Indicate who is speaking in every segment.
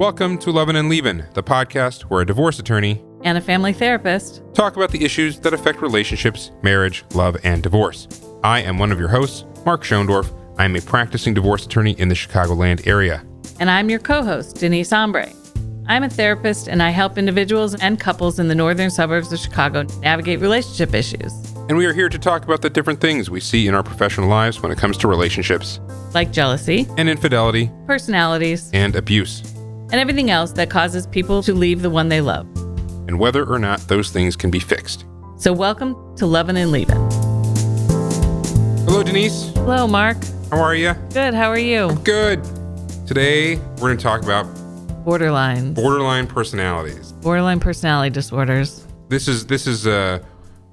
Speaker 1: Welcome to Lovin' and Leavin', the podcast where a divorce attorney
Speaker 2: and a family therapist.
Speaker 1: talk about the issues that affect relationships, marriage, love, and divorce. I am one of your hosts, Mark Schoendorf. I am a practicing divorce attorney in the Chicagoland area.
Speaker 2: And I'm your co host, Denise Ombre. I'm a therapist and I help individuals and couples in the northern suburbs of Chicago navigate relationship issues,
Speaker 1: And we are here to talk about the different things we see in our professional lives when it comes to relationships
Speaker 2: like jealousy,
Speaker 1: and infidelity
Speaker 2: personalities,
Speaker 1: and abuse,
Speaker 2: and everything else that causes people to leave the one they love.
Speaker 1: and whether or not those things can be fixed.
Speaker 2: So, welcome to Lovin' and Leavin'.
Speaker 1: Hello, Denise.
Speaker 2: Hello, Mark.
Speaker 1: How are you?
Speaker 2: Good. How are you?
Speaker 1: Good. Today, we're going to talk about
Speaker 2: Borderlines,
Speaker 1: borderline personalities.
Speaker 2: borderline personality disorders.
Speaker 1: this is this is uh,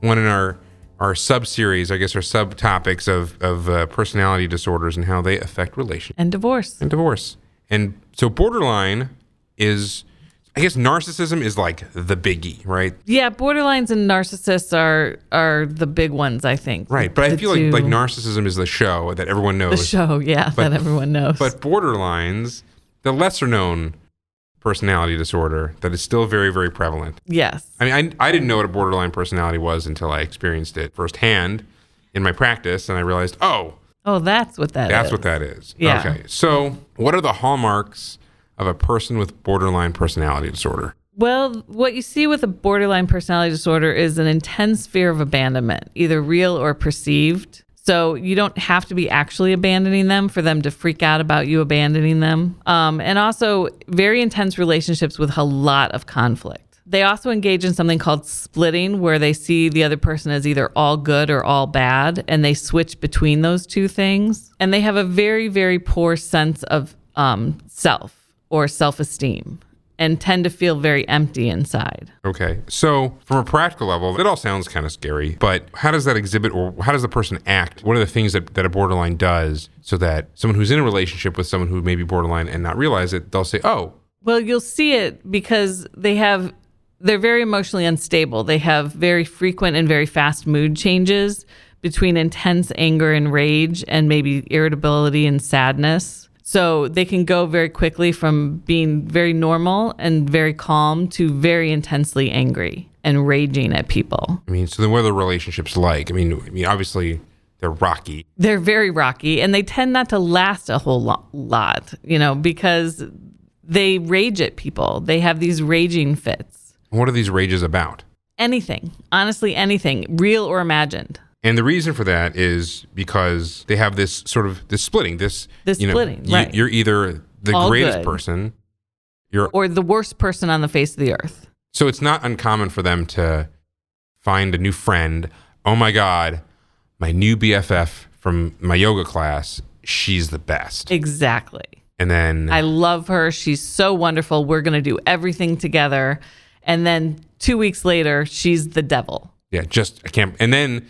Speaker 1: one in our our sub series, I guess, our subtopics of of uh, personality disorders and how they affect relationship
Speaker 2: And divorce.
Speaker 1: and divorce. And so, borderline is, I guess, narcissism is like the biggie, right?
Speaker 2: Yeah, borderlines and narcissists are are the big ones, I think.
Speaker 1: Right. But I
Speaker 2: The
Speaker 1: feel like
Speaker 2: two-
Speaker 1: like narcissism is the show that everyone
Speaker 2: the
Speaker 1: knows,
Speaker 2: show, yeah, that everyone knows.
Speaker 1: but borderlines, the lesser known personality disorder that is still very very prevalent.
Speaker 2: yes.
Speaker 1: I mean, I, I didn't know what a borderline personality was until I experienced it firsthand in my practice, and I realized, oh,
Speaker 2: Oh, that's what that
Speaker 1: That's
Speaker 2: is.
Speaker 1: what that is.
Speaker 2: Yeah.
Speaker 1: Okay. So, what are the hallmarks of a person with borderline personality disorder?
Speaker 2: Well, what you see with a borderline personality disorder is an intense fear of abandonment, either real or perceived. So you don't have to be actually abandoning them for them to freak out about you abandoning them. Um, and also, very intense relationships with a lot of conflict. They also engage in something called splitting, where they see the other person as either all good or all bad, and they switch between those two things. And they have a very, very poor sense of um, self or self esteem and tend to feel very empty inside.
Speaker 1: Okay. So, from a practical level, it all sounds kind of scary, but how does that exhibit or how does the person act? What are the things that, that a borderline does so that someone who's in a relationship with someone who may be borderline and not realize it, they'll say, oh,
Speaker 2: Well, you'll see it because they have they're very emotionally unstable. They have very frequent and very fast mood changes between intense anger and rage and maybe irritability and sadness. So they can go very quickly from being very normal and very calm to very intensely angry and raging at people.
Speaker 1: I mean, so then what are the relationships like? I mean, I mean obviously they're rocky.
Speaker 2: they're very rocky and they tend not to last a whole lo- lot, you know, because they rage at people. They have these raging fits.
Speaker 1: What are these rages about?
Speaker 2: Anything, honestly, anything, real or imagined.
Speaker 1: And the reason for that is because they have this sort of this splitting. This
Speaker 2: This
Speaker 1: you know,
Speaker 2: splitting,
Speaker 1: you,
Speaker 2: right.
Speaker 1: You're either the
Speaker 2: All
Speaker 1: greatest
Speaker 2: good.
Speaker 1: person. You're
Speaker 2: Or the worst person on the face of the earth.
Speaker 1: so it's not uncommon for them to find a new friend. Oh my god, my new BFF from my yoga class. She's the best.
Speaker 2: Exactly.
Speaker 1: And then
Speaker 2: I love her. She's so wonderful. We're going to do everything together. And then two weeks later, she's the devil,
Speaker 1: yeah, just I can't. And then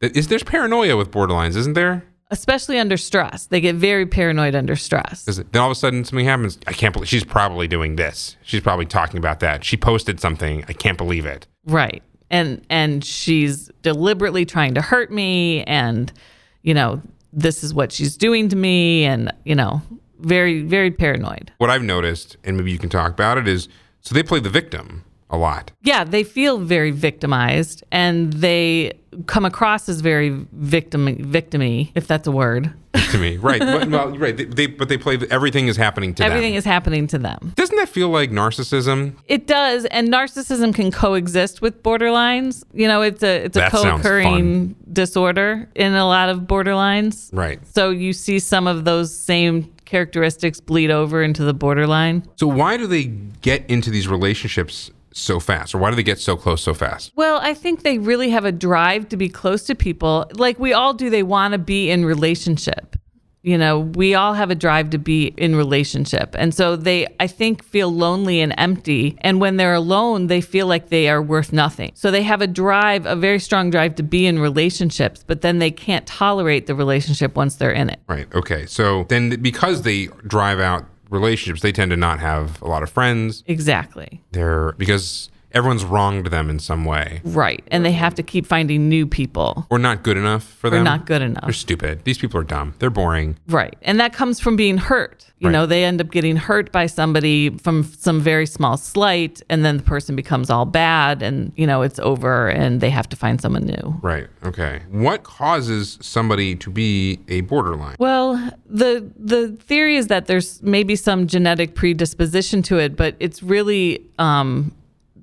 Speaker 1: is there's paranoia with borderlines, isn't there?
Speaker 2: especially under stress. They get very paranoid under stress.
Speaker 1: Because then all of a sudden something happens. I can't believe she's probably doing this. She's probably talking about that. She posted something. I can't believe it.
Speaker 2: Right. And and she's deliberately trying to hurt me and you know, this is what she's doing to me and you know, very very paranoid.
Speaker 1: what I've noticed, and maybe you can talk about it, is so they play the victim a lot.
Speaker 2: Yeah, they feel very victimized and they come across as very victim victimy, if that's a word.
Speaker 1: To me, right? but, well, right. They, they but they play everything is happening to
Speaker 2: Everything
Speaker 1: them.
Speaker 2: is happening to them.
Speaker 1: Doesn't that feel like narcissism?
Speaker 2: It does, and narcissism can coexist with borderlines. You know, it's a it's a
Speaker 1: That sounds
Speaker 2: co-occurring disorder in a lot of borderlines.
Speaker 1: Right.
Speaker 2: So you see some of those same characteristics bleed over into the borderline.
Speaker 1: So why do they get into these relationships so fast, or why do they get so close so fast?
Speaker 2: Well, I think they really have a drive to be close to people. Like we all do, they want to be in relationship. You know, we all have a drive to be in relationship. And so they I think feel lonely and empty, and when they're alone, they feel like they are worth nothing. So they have a drive, a very strong drive to be in relationships, but then they can't tolerate the relationship once they're in it.
Speaker 1: Right. Okay. So then, because they drive out relationships, they tend to not have a lot of friends.
Speaker 2: Exactly.
Speaker 1: They're because everyone's wronged them in some way
Speaker 2: Right. And they have to keep finding new people.
Speaker 1: or not good enough for
Speaker 2: They're
Speaker 1: them.
Speaker 2: not good
Speaker 1: They're
Speaker 2: enough.
Speaker 1: stupid. These people are dumb. They're boring.
Speaker 2: Right. And that comes from being hurt. You
Speaker 1: Right.
Speaker 2: know, they end up getting hurt by somebody from some very small slight, and then the person becomes all bad, and, you know, it's over, and they have to find someone new.
Speaker 1: Right. Okay. What causes somebody to be a borderline?
Speaker 2: Well, the the theory is that there's maybe some genetic predisposition to it, but it's really um,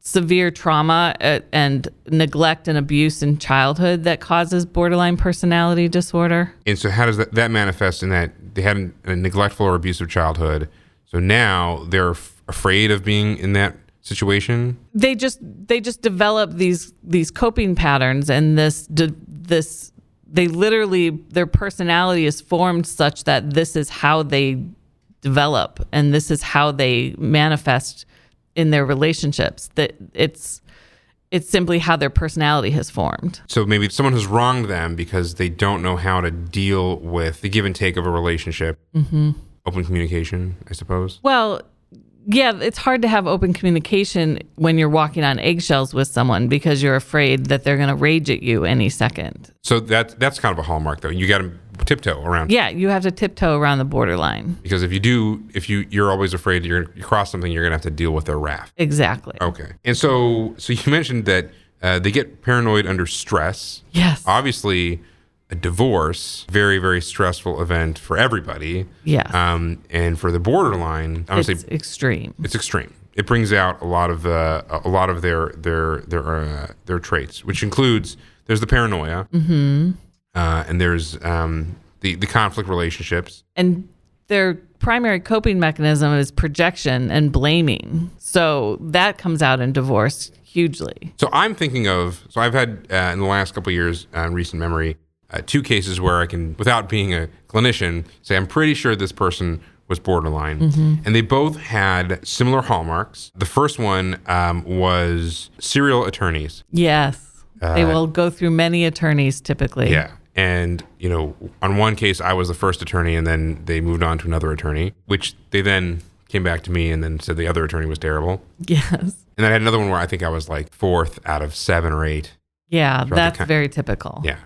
Speaker 2: severe trauma uh, and neglect and abuse in childhood that causes borderline personality disorder.
Speaker 1: And so, how does that, that manifest in that they had an, a neglectful or abusive childhood? So now they're f- afraid of being in that situation.
Speaker 2: They just they just develop these these coping patterns and this d- this they literally their personality is formed such that this is how they develop and this is how they manifest in their relationships that it's it's simply how their personality has formed.
Speaker 1: So maybe someone has wronged them because they don't know how to deal with the give and take of a relationship. Mm-hmm. Open communication, I suppose.
Speaker 2: Well, yeah, it's hard to have open communication when you're walking on eggshells with someone because you're afraid that they're going to rage at you any second.
Speaker 1: So that that's kind of a hallmark, though. You got to tiptoe around
Speaker 2: Yeah, you have to tiptoe around the borderline.
Speaker 1: because if you do, if you you're always afraid you're you cross something, you're gonna have to deal with their wrath.
Speaker 2: Exactly.
Speaker 1: Okay. And so, so you mentioned that uh, they get paranoid under stress.
Speaker 2: Yes.
Speaker 1: Obviously, a divorce, very, very stressful event for everybody.
Speaker 2: Yes.
Speaker 1: Um, and for the borderline, honestly,
Speaker 2: it's extreme.
Speaker 1: it's extreme. It brings out a lot of uh, a lot of their their their uh, their traits, which includes there's the paranoia, mm-hmm. uh, and there's um, the the conflict relationships.
Speaker 2: And their primary coping mechanism is projection and blaming. So that comes out in divorce hugely.
Speaker 1: So I'm thinking of so I've had uh, in the last couple of years uh, in recent memory uh, two cases where I can, without being a clinician, say I'm pretty sure this person was borderline, and they both had similar hallmarks. The first one um, was serial attorneys.
Speaker 2: Yes. they will go through many attorneys typically.
Speaker 1: Uh, Yeah. And, you know, on one case, I was the first attorney, and then they moved on to another attorney, which they then came back to me and then said the other attorney was terrible.
Speaker 2: Yes.
Speaker 1: And then I had another one where I think I was like fourth out of seven or eight.
Speaker 2: Yeah, that's
Speaker 1: coun-
Speaker 2: very typical.
Speaker 1: Yeah.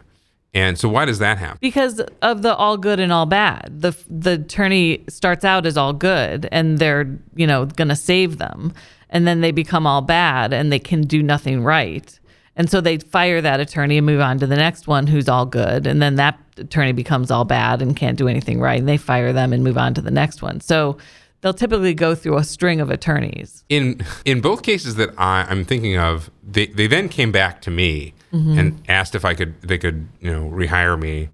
Speaker 1: And so why does that happen?
Speaker 2: because of the all good and all bad. The the attorney starts out as all good and they're, you know, going to save them and then they become all bad and they can do nothing right. And so they fire that attorney and move on to the next one who's all good and then that attorney becomes all bad and can't do anything right and they fire them and move on to the next one. So they'll typically go through a string of attorneys.
Speaker 1: In in both cases that I, I'm thinking of, they, they then came back to me and asked if I could they could, you know, rehire me.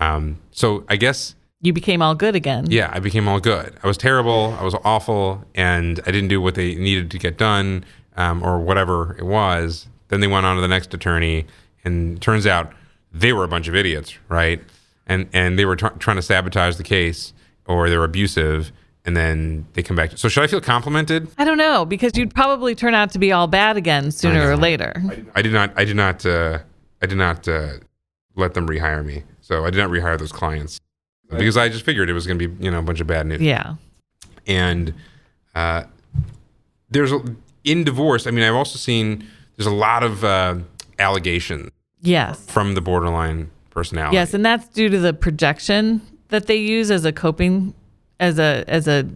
Speaker 1: Um, so I guess
Speaker 2: You became all good again.
Speaker 1: yeah, I became all good. I was terrible. I was awful, and I didn't do what they needed to get done, um, or whatever it was. Then they went on to the next attorney, and turns out they were a bunch of idiots, right? And and they were tr- trying to sabotage the case, or they were abusive, and then they come back. To- so should I feel complimented?
Speaker 2: I don't know because you'd probably turn out to be all bad again sooner or later.
Speaker 1: I did not. I did not. Uh, I did not uh, let them rehire me. So I did not rehire those clients because I just figured it was going to be you know a bunch of bad news.
Speaker 2: Yeah.
Speaker 1: and uh, there's a, in divorce. I mean, I've also seen there's a lot of uh, allegations
Speaker 2: Yes.
Speaker 1: from the borderline personality.
Speaker 2: Yes, and that's due to the projection that they use as a coping as a as a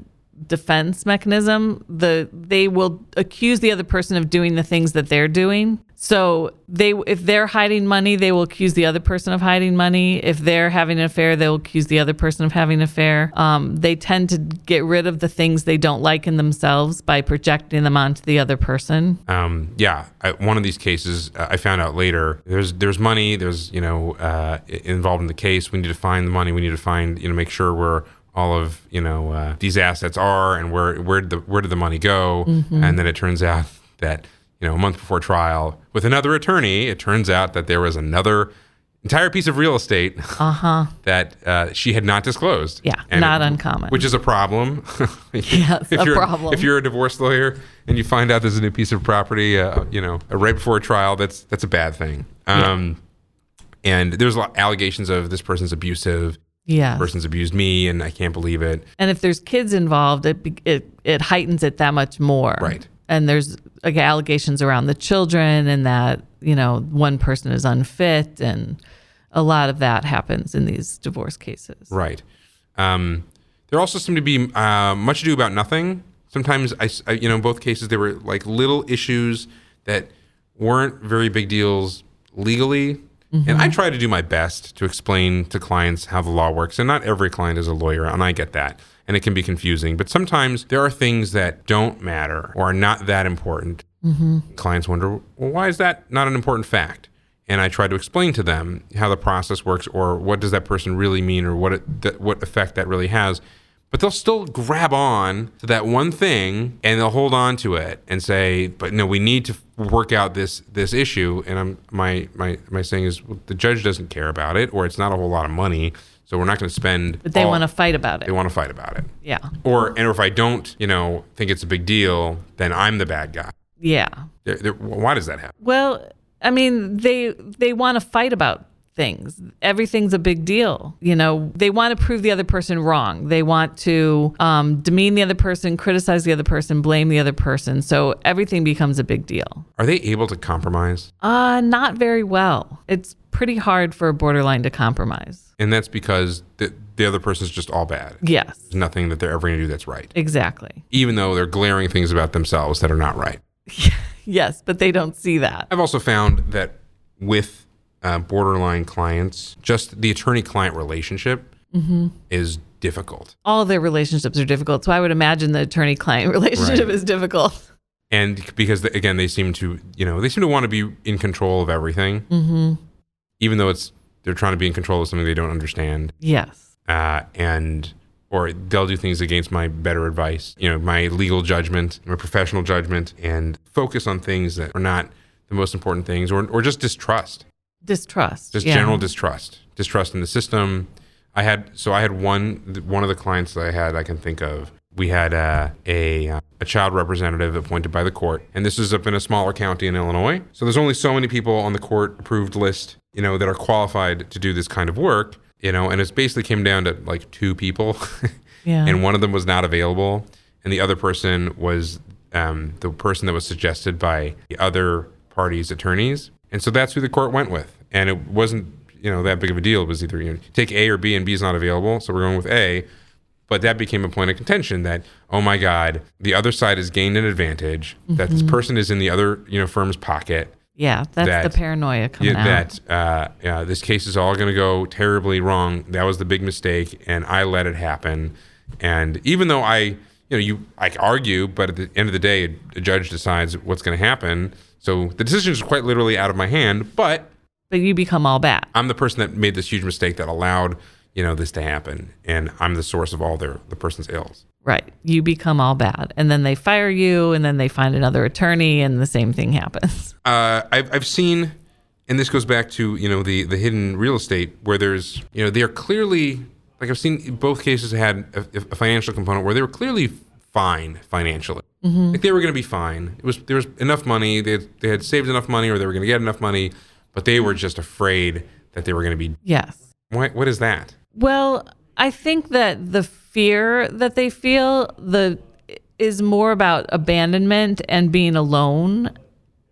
Speaker 2: defense mechanism. The they will accuse the other person of doing the things that they're doing. So they if they're hiding money, they will accuse the other person of hiding money. If they're having an affair, they will accuse the other person of having an affair. Um, they tend to get rid of the things they don't like in themselves by projecting them onto the other person.
Speaker 1: Um, yeah. I, one of these cases, uh, I found out later. There's there's money. There's you know uh, i- involved in the case. We need to find the money. We need to find you know make sure where all of you know uh, these assets are and where where did the where did the money go?
Speaker 2: Mm-hmm.
Speaker 1: And then it turns out that you know a month before trial with another attorney, it turns out that there was another entire piece of real estate that uh, she had not disclosed.
Speaker 2: Uh-huh. Yeah, not uncommon.
Speaker 1: Which is a problem.
Speaker 2: Yes, a
Speaker 1: you're,
Speaker 2: problem.
Speaker 1: If you're a divorce lawyer and you find out there's a new piece of property, uh, you know, right before a trial, that's that's a bad thing. Um, And there's a lot allegations of this person's abusive.
Speaker 2: Yeah.
Speaker 1: Person's abused me, and I can't believe it.
Speaker 2: And if there's kids involved, it be- it, it heightens it that much more.
Speaker 1: Right.
Speaker 2: And there's like allegations around the children and that you know one person is unfit and a lot of that happens in these divorce cases
Speaker 1: Right. Um, there also seemed to be uh, much ado about nothing. Sometimes I, s- I- you know, in both cases there were like little issues that weren't very big deals legally. And I try to do my best to explain to clients how the law works. And not every client is a lawyer, and I get that. And it can be confusing. But sometimes there are things that don't matter or are not that important. Clients wonder, well, why is that not an important fact? and I try to explain to them how the process works or what does that person really mean or what it, th- what effect that really has. But they'll still grab on to that one thing and they'll hold on to it and say, "But no, we need to work out this this issue." And I'm my my my saying is well, the judge doesn't care about it or it's not a whole lot of money, so we're not going to spend.
Speaker 2: but they want to fight about
Speaker 1: They
Speaker 2: it
Speaker 1: want to fight about it.
Speaker 2: yeah
Speaker 1: Or and or if I don't, you know, think it's a big deal, then I'm the bad guy.
Speaker 2: yeah
Speaker 1: There there why does that happen?
Speaker 2: Well, I mean, they they want to fight about things. Everything's a big deal. You know, they want to prove the other person wrong. They want to um, demean the other person, criticize the other person, blame the other person. So everything becomes a big deal.
Speaker 1: Are they able to compromise?
Speaker 2: Uh, not very well. It's pretty hard for a borderline to compromise.
Speaker 1: and that's because the, the other person's just all bad.
Speaker 2: Yes,
Speaker 1: There's nothing that they're ever going to do that's right,
Speaker 2: exactly.
Speaker 1: even though they're glaring things about themselves that are not right.
Speaker 2: Yes, but they don't see that.
Speaker 1: I've also found that with uh, borderline clients, just the attorney-client relationship is difficult,
Speaker 2: All their relationships are difficult. So I would imagine the attorney client relationship
Speaker 1: Right.
Speaker 2: is difficult.
Speaker 1: and because again, they seem to you know they seem to want to be in control of everything, mm-hmm. even though it's they're trying to be in control of something they don't understand.
Speaker 2: Yes.
Speaker 1: uh, and or they'll do things against my better advice, you know, my legal judgment, my professional judgment, and focus on things that are not the most important things, or or just distrust,
Speaker 2: Distrust.
Speaker 1: just
Speaker 2: yeah.
Speaker 1: general distrust, distrust in the system. I had so I had one th- one of the clients that I had I can think of. We had uh, a uh, a child representative appointed by the court, and this is up in a smaller county in Illinois. So there's only so many people on the court approved list, you know, that are qualified to do this kind of work, you know, and it's basically came down to like two people.
Speaker 2: Yeah.
Speaker 1: and one of them was not available, and the other person was um, the person that was suggested by the other party's attorneys, and so that's who the court went with, and it wasn't you know that big of a deal. It was either you know, take A or B, and B is not available, so we're going with A. But that became a point of contention that oh my god, the other side has gained an advantage that this person is in the other you know firm's pocket.
Speaker 2: Yeah, that's
Speaker 1: that-
Speaker 2: the paranoia coming
Speaker 1: Yeah,
Speaker 2: out.
Speaker 1: that uh, yeah, this case is all going to go terribly wrong. That was the big mistake, and I let it happen. And even though I, you know, you I argue, but at the end of the day, a judge decides what's going to happen. So the decision is quite literally out of my hand. But
Speaker 2: but you become all bad.
Speaker 1: I'm the person that made this huge mistake that allowed you know this to happen, and I'm the source of all their the person's ills.
Speaker 2: Right. You become all bad. And then they fire you and then they find another attorney and the same thing happens.
Speaker 1: uh, I've, I've seen, and this goes back to you know the the hidden real estate where there's you know they are clearly like I've seen both cases had a, a financial component where they were clearly fine financially,
Speaker 2: Mm-hmm.
Speaker 1: like they were going to be fine. It was there was enough money they had, they had saved enough money or they were going to get enough money, but they were just afraid that they were going to be.
Speaker 2: Yes.
Speaker 1: What, what is that?
Speaker 2: Well, I think that the fear that they feel the is more about abandonment and being alone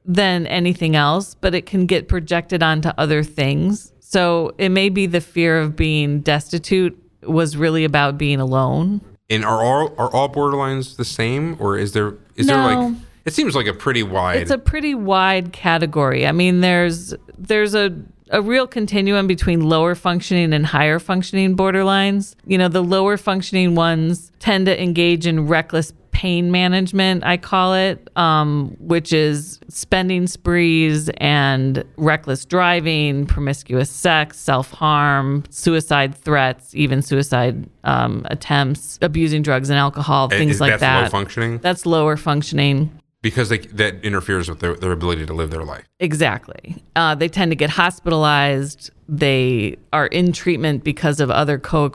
Speaker 2: than anything else, but it can get projected onto other things. So it may be the fear of being destitute was really about being alone.
Speaker 1: And are all are all borderlines the same or is there is there
Speaker 2: No.
Speaker 1: like it seems like a pretty wide
Speaker 2: it's a pretty wide category. I mean, there's there's a a real continuum between lower functioning and higher functioning borderlines. You know, the lower functioning ones tend to engage in reckless pain management, I call it, um, which is spending sprees and reckless driving, promiscuous sex, self harm, suicide threats, even suicide um, attempts, abusing drugs and alcohol, things
Speaker 1: is-
Speaker 2: like
Speaker 1: that's
Speaker 2: that.
Speaker 1: low functioning
Speaker 2: that's lower functioning.
Speaker 1: because they, that interferes with their, their ability to live their life.
Speaker 2: Exactly. Uh, they tend to get hospitalized. They are in treatment because of other co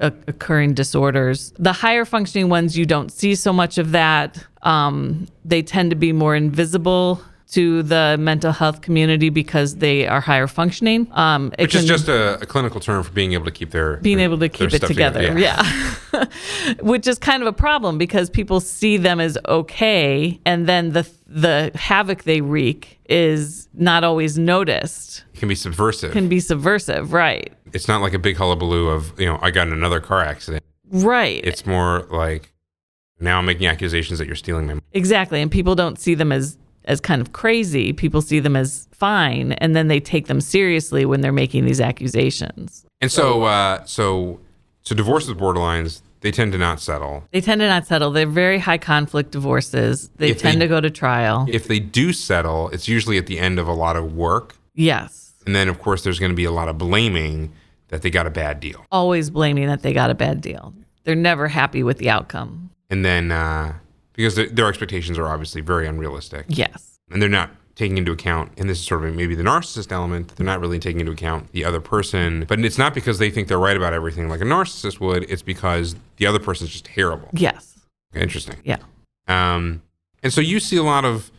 Speaker 2: occurring disorders. The higher functioning ones, you don't see so much of that. Um, they tend to be more invisible to the mental health community because they are higher functioning. Um, it
Speaker 1: Which is
Speaker 2: can-
Speaker 1: just a, a clinical term for being able to keep their
Speaker 2: being
Speaker 1: their-
Speaker 2: able to
Speaker 1: their
Speaker 2: keep it
Speaker 1: stuff
Speaker 2: together. Yeah. Which is kind of a problem because people see them as okay and then the the havoc they wreak is not always noticed.
Speaker 1: It can be subversive.
Speaker 2: Can be subversive, right?
Speaker 1: it's not like a big hullabaloo of you know I got in another car accident.
Speaker 2: Right.
Speaker 1: It's more like now I'm making accusations that you're stealing my. money.
Speaker 2: exactly. And people don't see them as as kind of crazy. People see them as fine and then they take them seriously when they're making these accusations.
Speaker 1: And so uh, so so divorces with borderlines they tend to not settle.
Speaker 2: They tend to not settle. They're very high conflict divorces. They
Speaker 1: If they-
Speaker 2: tend to go to trial.
Speaker 1: If they do settle, it's usually at the end of a lot of work,
Speaker 2: yes.
Speaker 1: and then of course there's going to be a lot of blaming that they got a bad deal,
Speaker 2: always blaming that they got a bad deal. They're never happy with the outcome.
Speaker 1: and then uh, because their their expectations are obviously very unrealistic.
Speaker 2: Yes.
Speaker 1: and they're not taking into account and this is sort of maybe the narcissist element they're not really taking into account the other person but it's not because they think they're right about everything like a narcissist would it's because the other person's just terrible
Speaker 2: Yes.
Speaker 1: interesting
Speaker 2: Yeah.
Speaker 1: um, and so you see a lot of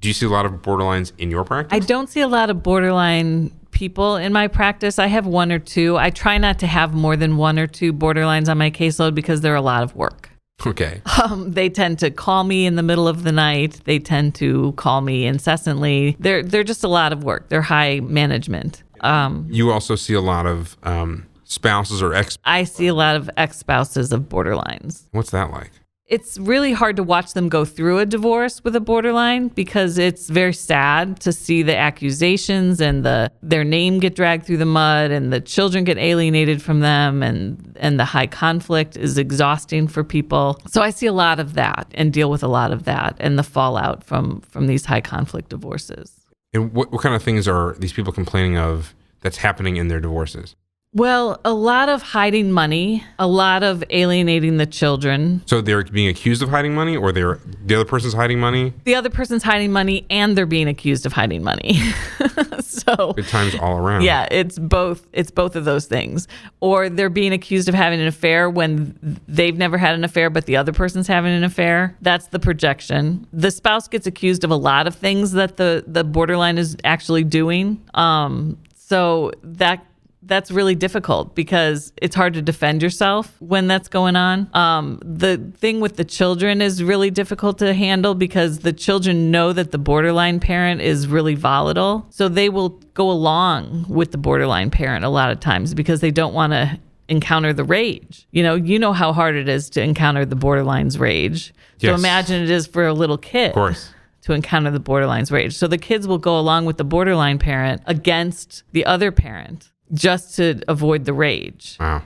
Speaker 1: do you see a lot of borderlines in your practice
Speaker 2: I don't see a lot of borderline people in my practice. I have one or two. I try not to have more than one or two borderlines on my caseload because they're a lot of work.
Speaker 1: okay
Speaker 2: Um, they tend to call me in the middle of the night. They tend to call me incessantly. They're they're just a lot of work. They're high management. Um,
Speaker 1: you also see a lot of um, spouses or ex
Speaker 2: I see a lot of ex spouses of borderlines.
Speaker 1: what's that like
Speaker 2: it's really hard to watch them go through a divorce with a borderline because it's very sad to see the accusations and the their name get dragged through the mud and the children get alienated from them and and the high conflict is exhausting for people. So I see a lot of that and deal with a lot of that and the fallout from from these high conflict divorces.
Speaker 1: and what, what kind of things are these people complaining of that's happening in their divorces
Speaker 2: Well, a lot of hiding money, a lot of alienating the children.
Speaker 1: so they're being accused of hiding money or they're the other person's hiding money
Speaker 2: The other person's hiding money and they're being accused of hiding money. so
Speaker 1: good times all around
Speaker 2: Yeah, it's both. It's both of those things. Or they're being accused of having an affair when they've never had an affair, but the other person's having an affair. That's the projection. The spouse gets accused of a lot of things that the the borderline is actually doing. Um, so that that's really difficult because it's hard to defend yourself when that's going on. Um, the thing with the children is really difficult to handle because the children know that the borderline parent is really volatile. So they will go along with the borderline parent a lot of times because they don't want to encounter the rage. You know, you know how hard it is to encounter the borderline's rage. So
Speaker 1: Yes.
Speaker 2: imagine it is for a little kid
Speaker 1: of course
Speaker 2: to encounter the borderline's rage. So the kids will go along with the borderline parent against the other parent just to avoid the rage.
Speaker 1: wow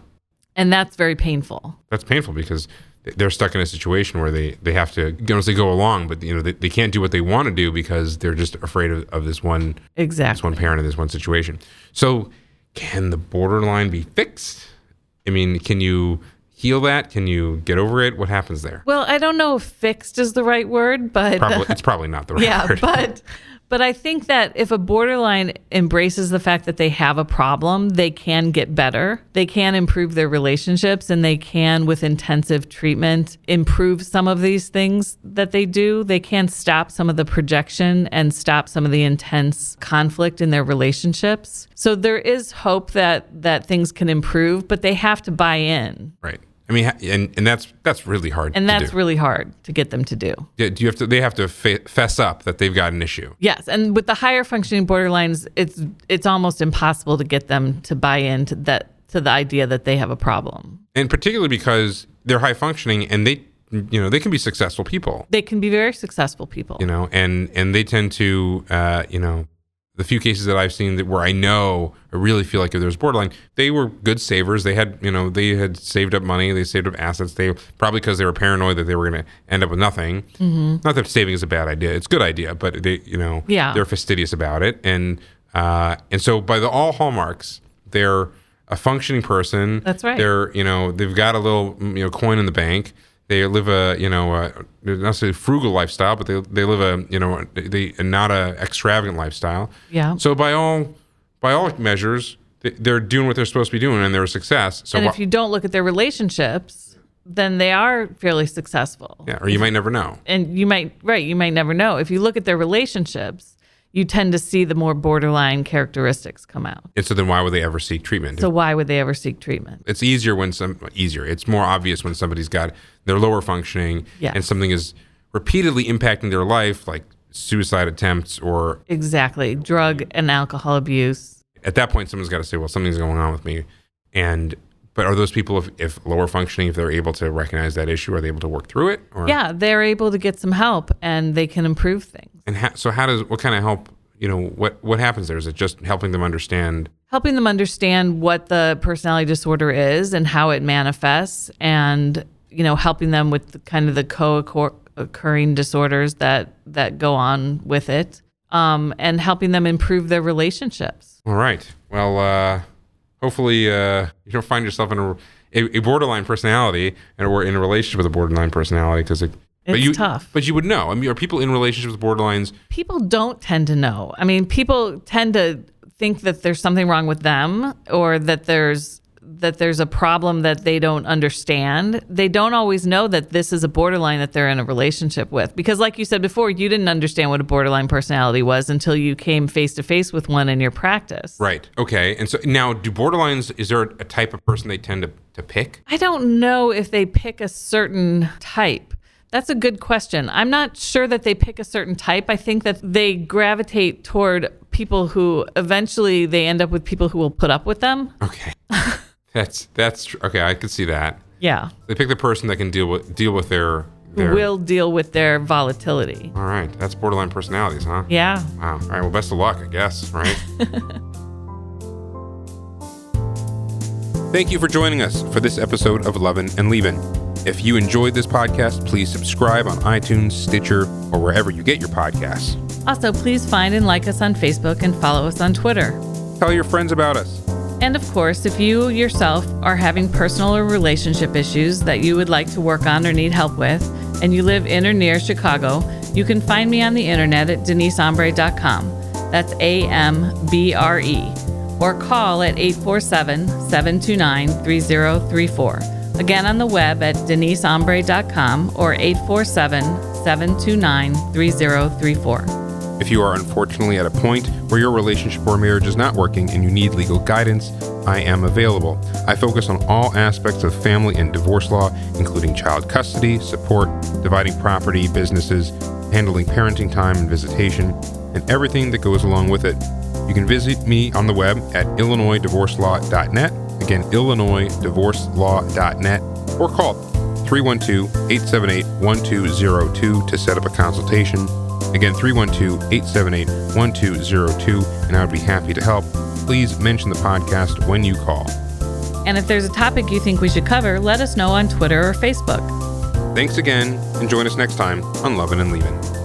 Speaker 2: And that's very painful.
Speaker 1: that's painful because they're stuck in a situation where they, they have to you know, they go along, but you know they, they can't do what they want to do because they're just afraid of, of this one this
Speaker 2: Exactly.
Speaker 1: one parent in this one situation. So can the borderline be fixed? I mean, can you heal that? Can you get over it? What happens there?
Speaker 2: Well, I don't know if fixed is the right word, but
Speaker 1: Probably it's probably not the right
Speaker 2: yeah,
Speaker 1: word.
Speaker 2: but but I think that if a borderline embraces the fact that they have a problem, they can get better. They can improve their relationships and they can with intensive treatment improve some of these things that they do. They can stop some of the projection and stop some of the intense conflict in their relationships. So there is hope that that things can improve, but they have to buy in.
Speaker 1: right. I mean, ha- and, and that's that's really hard.
Speaker 2: And
Speaker 1: to
Speaker 2: that's
Speaker 1: do.
Speaker 2: really hard to get them to do.
Speaker 1: Yeah, do you have to? They have to fe- fess up that they've got an issue.
Speaker 2: Yes, and with the higher functioning borderlines, it's it's almost impossible to get them to buy into that to the idea that they have a problem.
Speaker 1: and particularly because they're high functioning and they you know they can be successful people
Speaker 2: They can be very successful people.
Speaker 1: you know and and they tend to uh you know the few cases that i've seen that where i know i really feel like if there was borderline they were good savers they had you know they had saved up money they saved up assets they probably because they were paranoid that they were going to end up with nothing not that saving is a bad idea it's a good idea but they you know
Speaker 2: Mm-hmm. Yeah.
Speaker 1: they're fastidious about it and uh and so by the all hallmarks they're a functioning person
Speaker 2: That's right.
Speaker 1: they're they're, you know they've got a little mm, you know coin in the bank. They live a you know a, not necessarily frugal lifestyle, but they they live a you know they not a extravagant lifestyle.
Speaker 2: Yeah.
Speaker 1: So by all by all measures, they- they're doing what they're supposed to be doing, and they're a success. So
Speaker 2: and
Speaker 1: why-
Speaker 2: if you don't look at their relationships, then they are fairly successful.
Speaker 1: Yeah, or you might never know.
Speaker 2: And you might, right, you might never know. If you look at their relationships, you tend to see the more borderline characteristics come out.
Speaker 1: And so then why would they ever seek treatment?
Speaker 2: So why would they ever seek treatment?
Speaker 1: it's easier when some easier. It's more obvious when somebody's got their lower functioning
Speaker 2: Yeah.
Speaker 1: and something is repeatedly impacting their life, like suicide attempts, or
Speaker 2: Exactly. Drug and alcohol abuse.
Speaker 1: at that point someone's got to say, well, something's going on with me. And but are those people if, if lower functioning, if they're able to recognize that issue, are they able to work through it? Or
Speaker 2: Yeah, they're able to get some help and they can improve things.
Speaker 1: and ha- so how does what kind of help? You know what what happens there? Is it just helping them understand?
Speaker 2: helping them understand what the personality disorder is and how it manifests and you know helping them with the, kind of the co-occurring disorders that that go on with it um, and helping them improve their relationships
Speaker 1: All right. Well, uh, hopefully uh, you don't find yourself in a, a, a borderline personality and or in a relationship with a borderline personality because it. but
Speaker 2: It's
Speaker 1: you,
Speaker 2: tough.
Speaker 1: But you would know. I mean, are people in relationships with borderlines?
Speaker 2: people don't tend to know i mean people tend to think that there's something wrong with them or that there's that there's a problem that they don't understand they don't always know that this is a borderline that they're in a relationship with because like you said before you didn't understand what a borderline personality was until you came face to face with one in your practice
Speaker 1: Right. Okay. And so now, do borderlines? Is there a type of person they tend to, to pick?
Speaker 2: I don't know if they pick a certain type. That's a good question. I'm not sure that they pick a certain type. I think that they gravitate toward people who eventually they end up with people who will put up with them.
Speaker 1: Okay. that's that's tr- okay. I could see that.
Speaker 2: Yeah.
Speaker 1: They pick the person that can deal with deal with their
Speaker 2: Who
Speaker 1: their.
Speaker 2: will deal with their volatility.
Speaker 1: All right. That's borderline personalities, huh?
Speaker 2: Yeah.
Speaker 1: Wow. All right. Well, best of luck, I guess, right? Thank you for joining us for this episode of Lovin' and Leavin'. If you enjoyed this podcast, please subscribe on iTunes, Stitcher, or wherever you get your podcasts.
Speaker 2: Also, please find and like us on Facebook and follow us on Twitter.
Speaker 1: Tell your friends about us.
Speaker 2: And of course, if you yourself are having personal or relationship issues that you would like to work on or need help with, and you live in or near Chicago, you can find me on the internet at deniseombre.com. That's A M B R E. Or call at 847 729 3034. Again, on the web at deniseombre.com or 847 729 3034.
Speaker 1: If you are unfortunately at a point where your relationship or marriage is not working and you need legal guidance, I am available. I focus on all aspects of family and divorce law, including child custody, support, dividing property, businesses, handling parenting time and visitation, and everything that goes along with it. You can visit me on the web at illinoisdivorcelaw.net. Again, illinoisdivorcelaw.net or call 312 878 1202 to set up a consultation. Again, 312 878 1202, and I would be happy to help. Please mention the podcast when you call.
Speaker 2: And if there's a topic you think we should cover, let us know on Twitter or Facebook.
Speaker 1: Thanks again, and join us next time on Lovin' and Leavin'.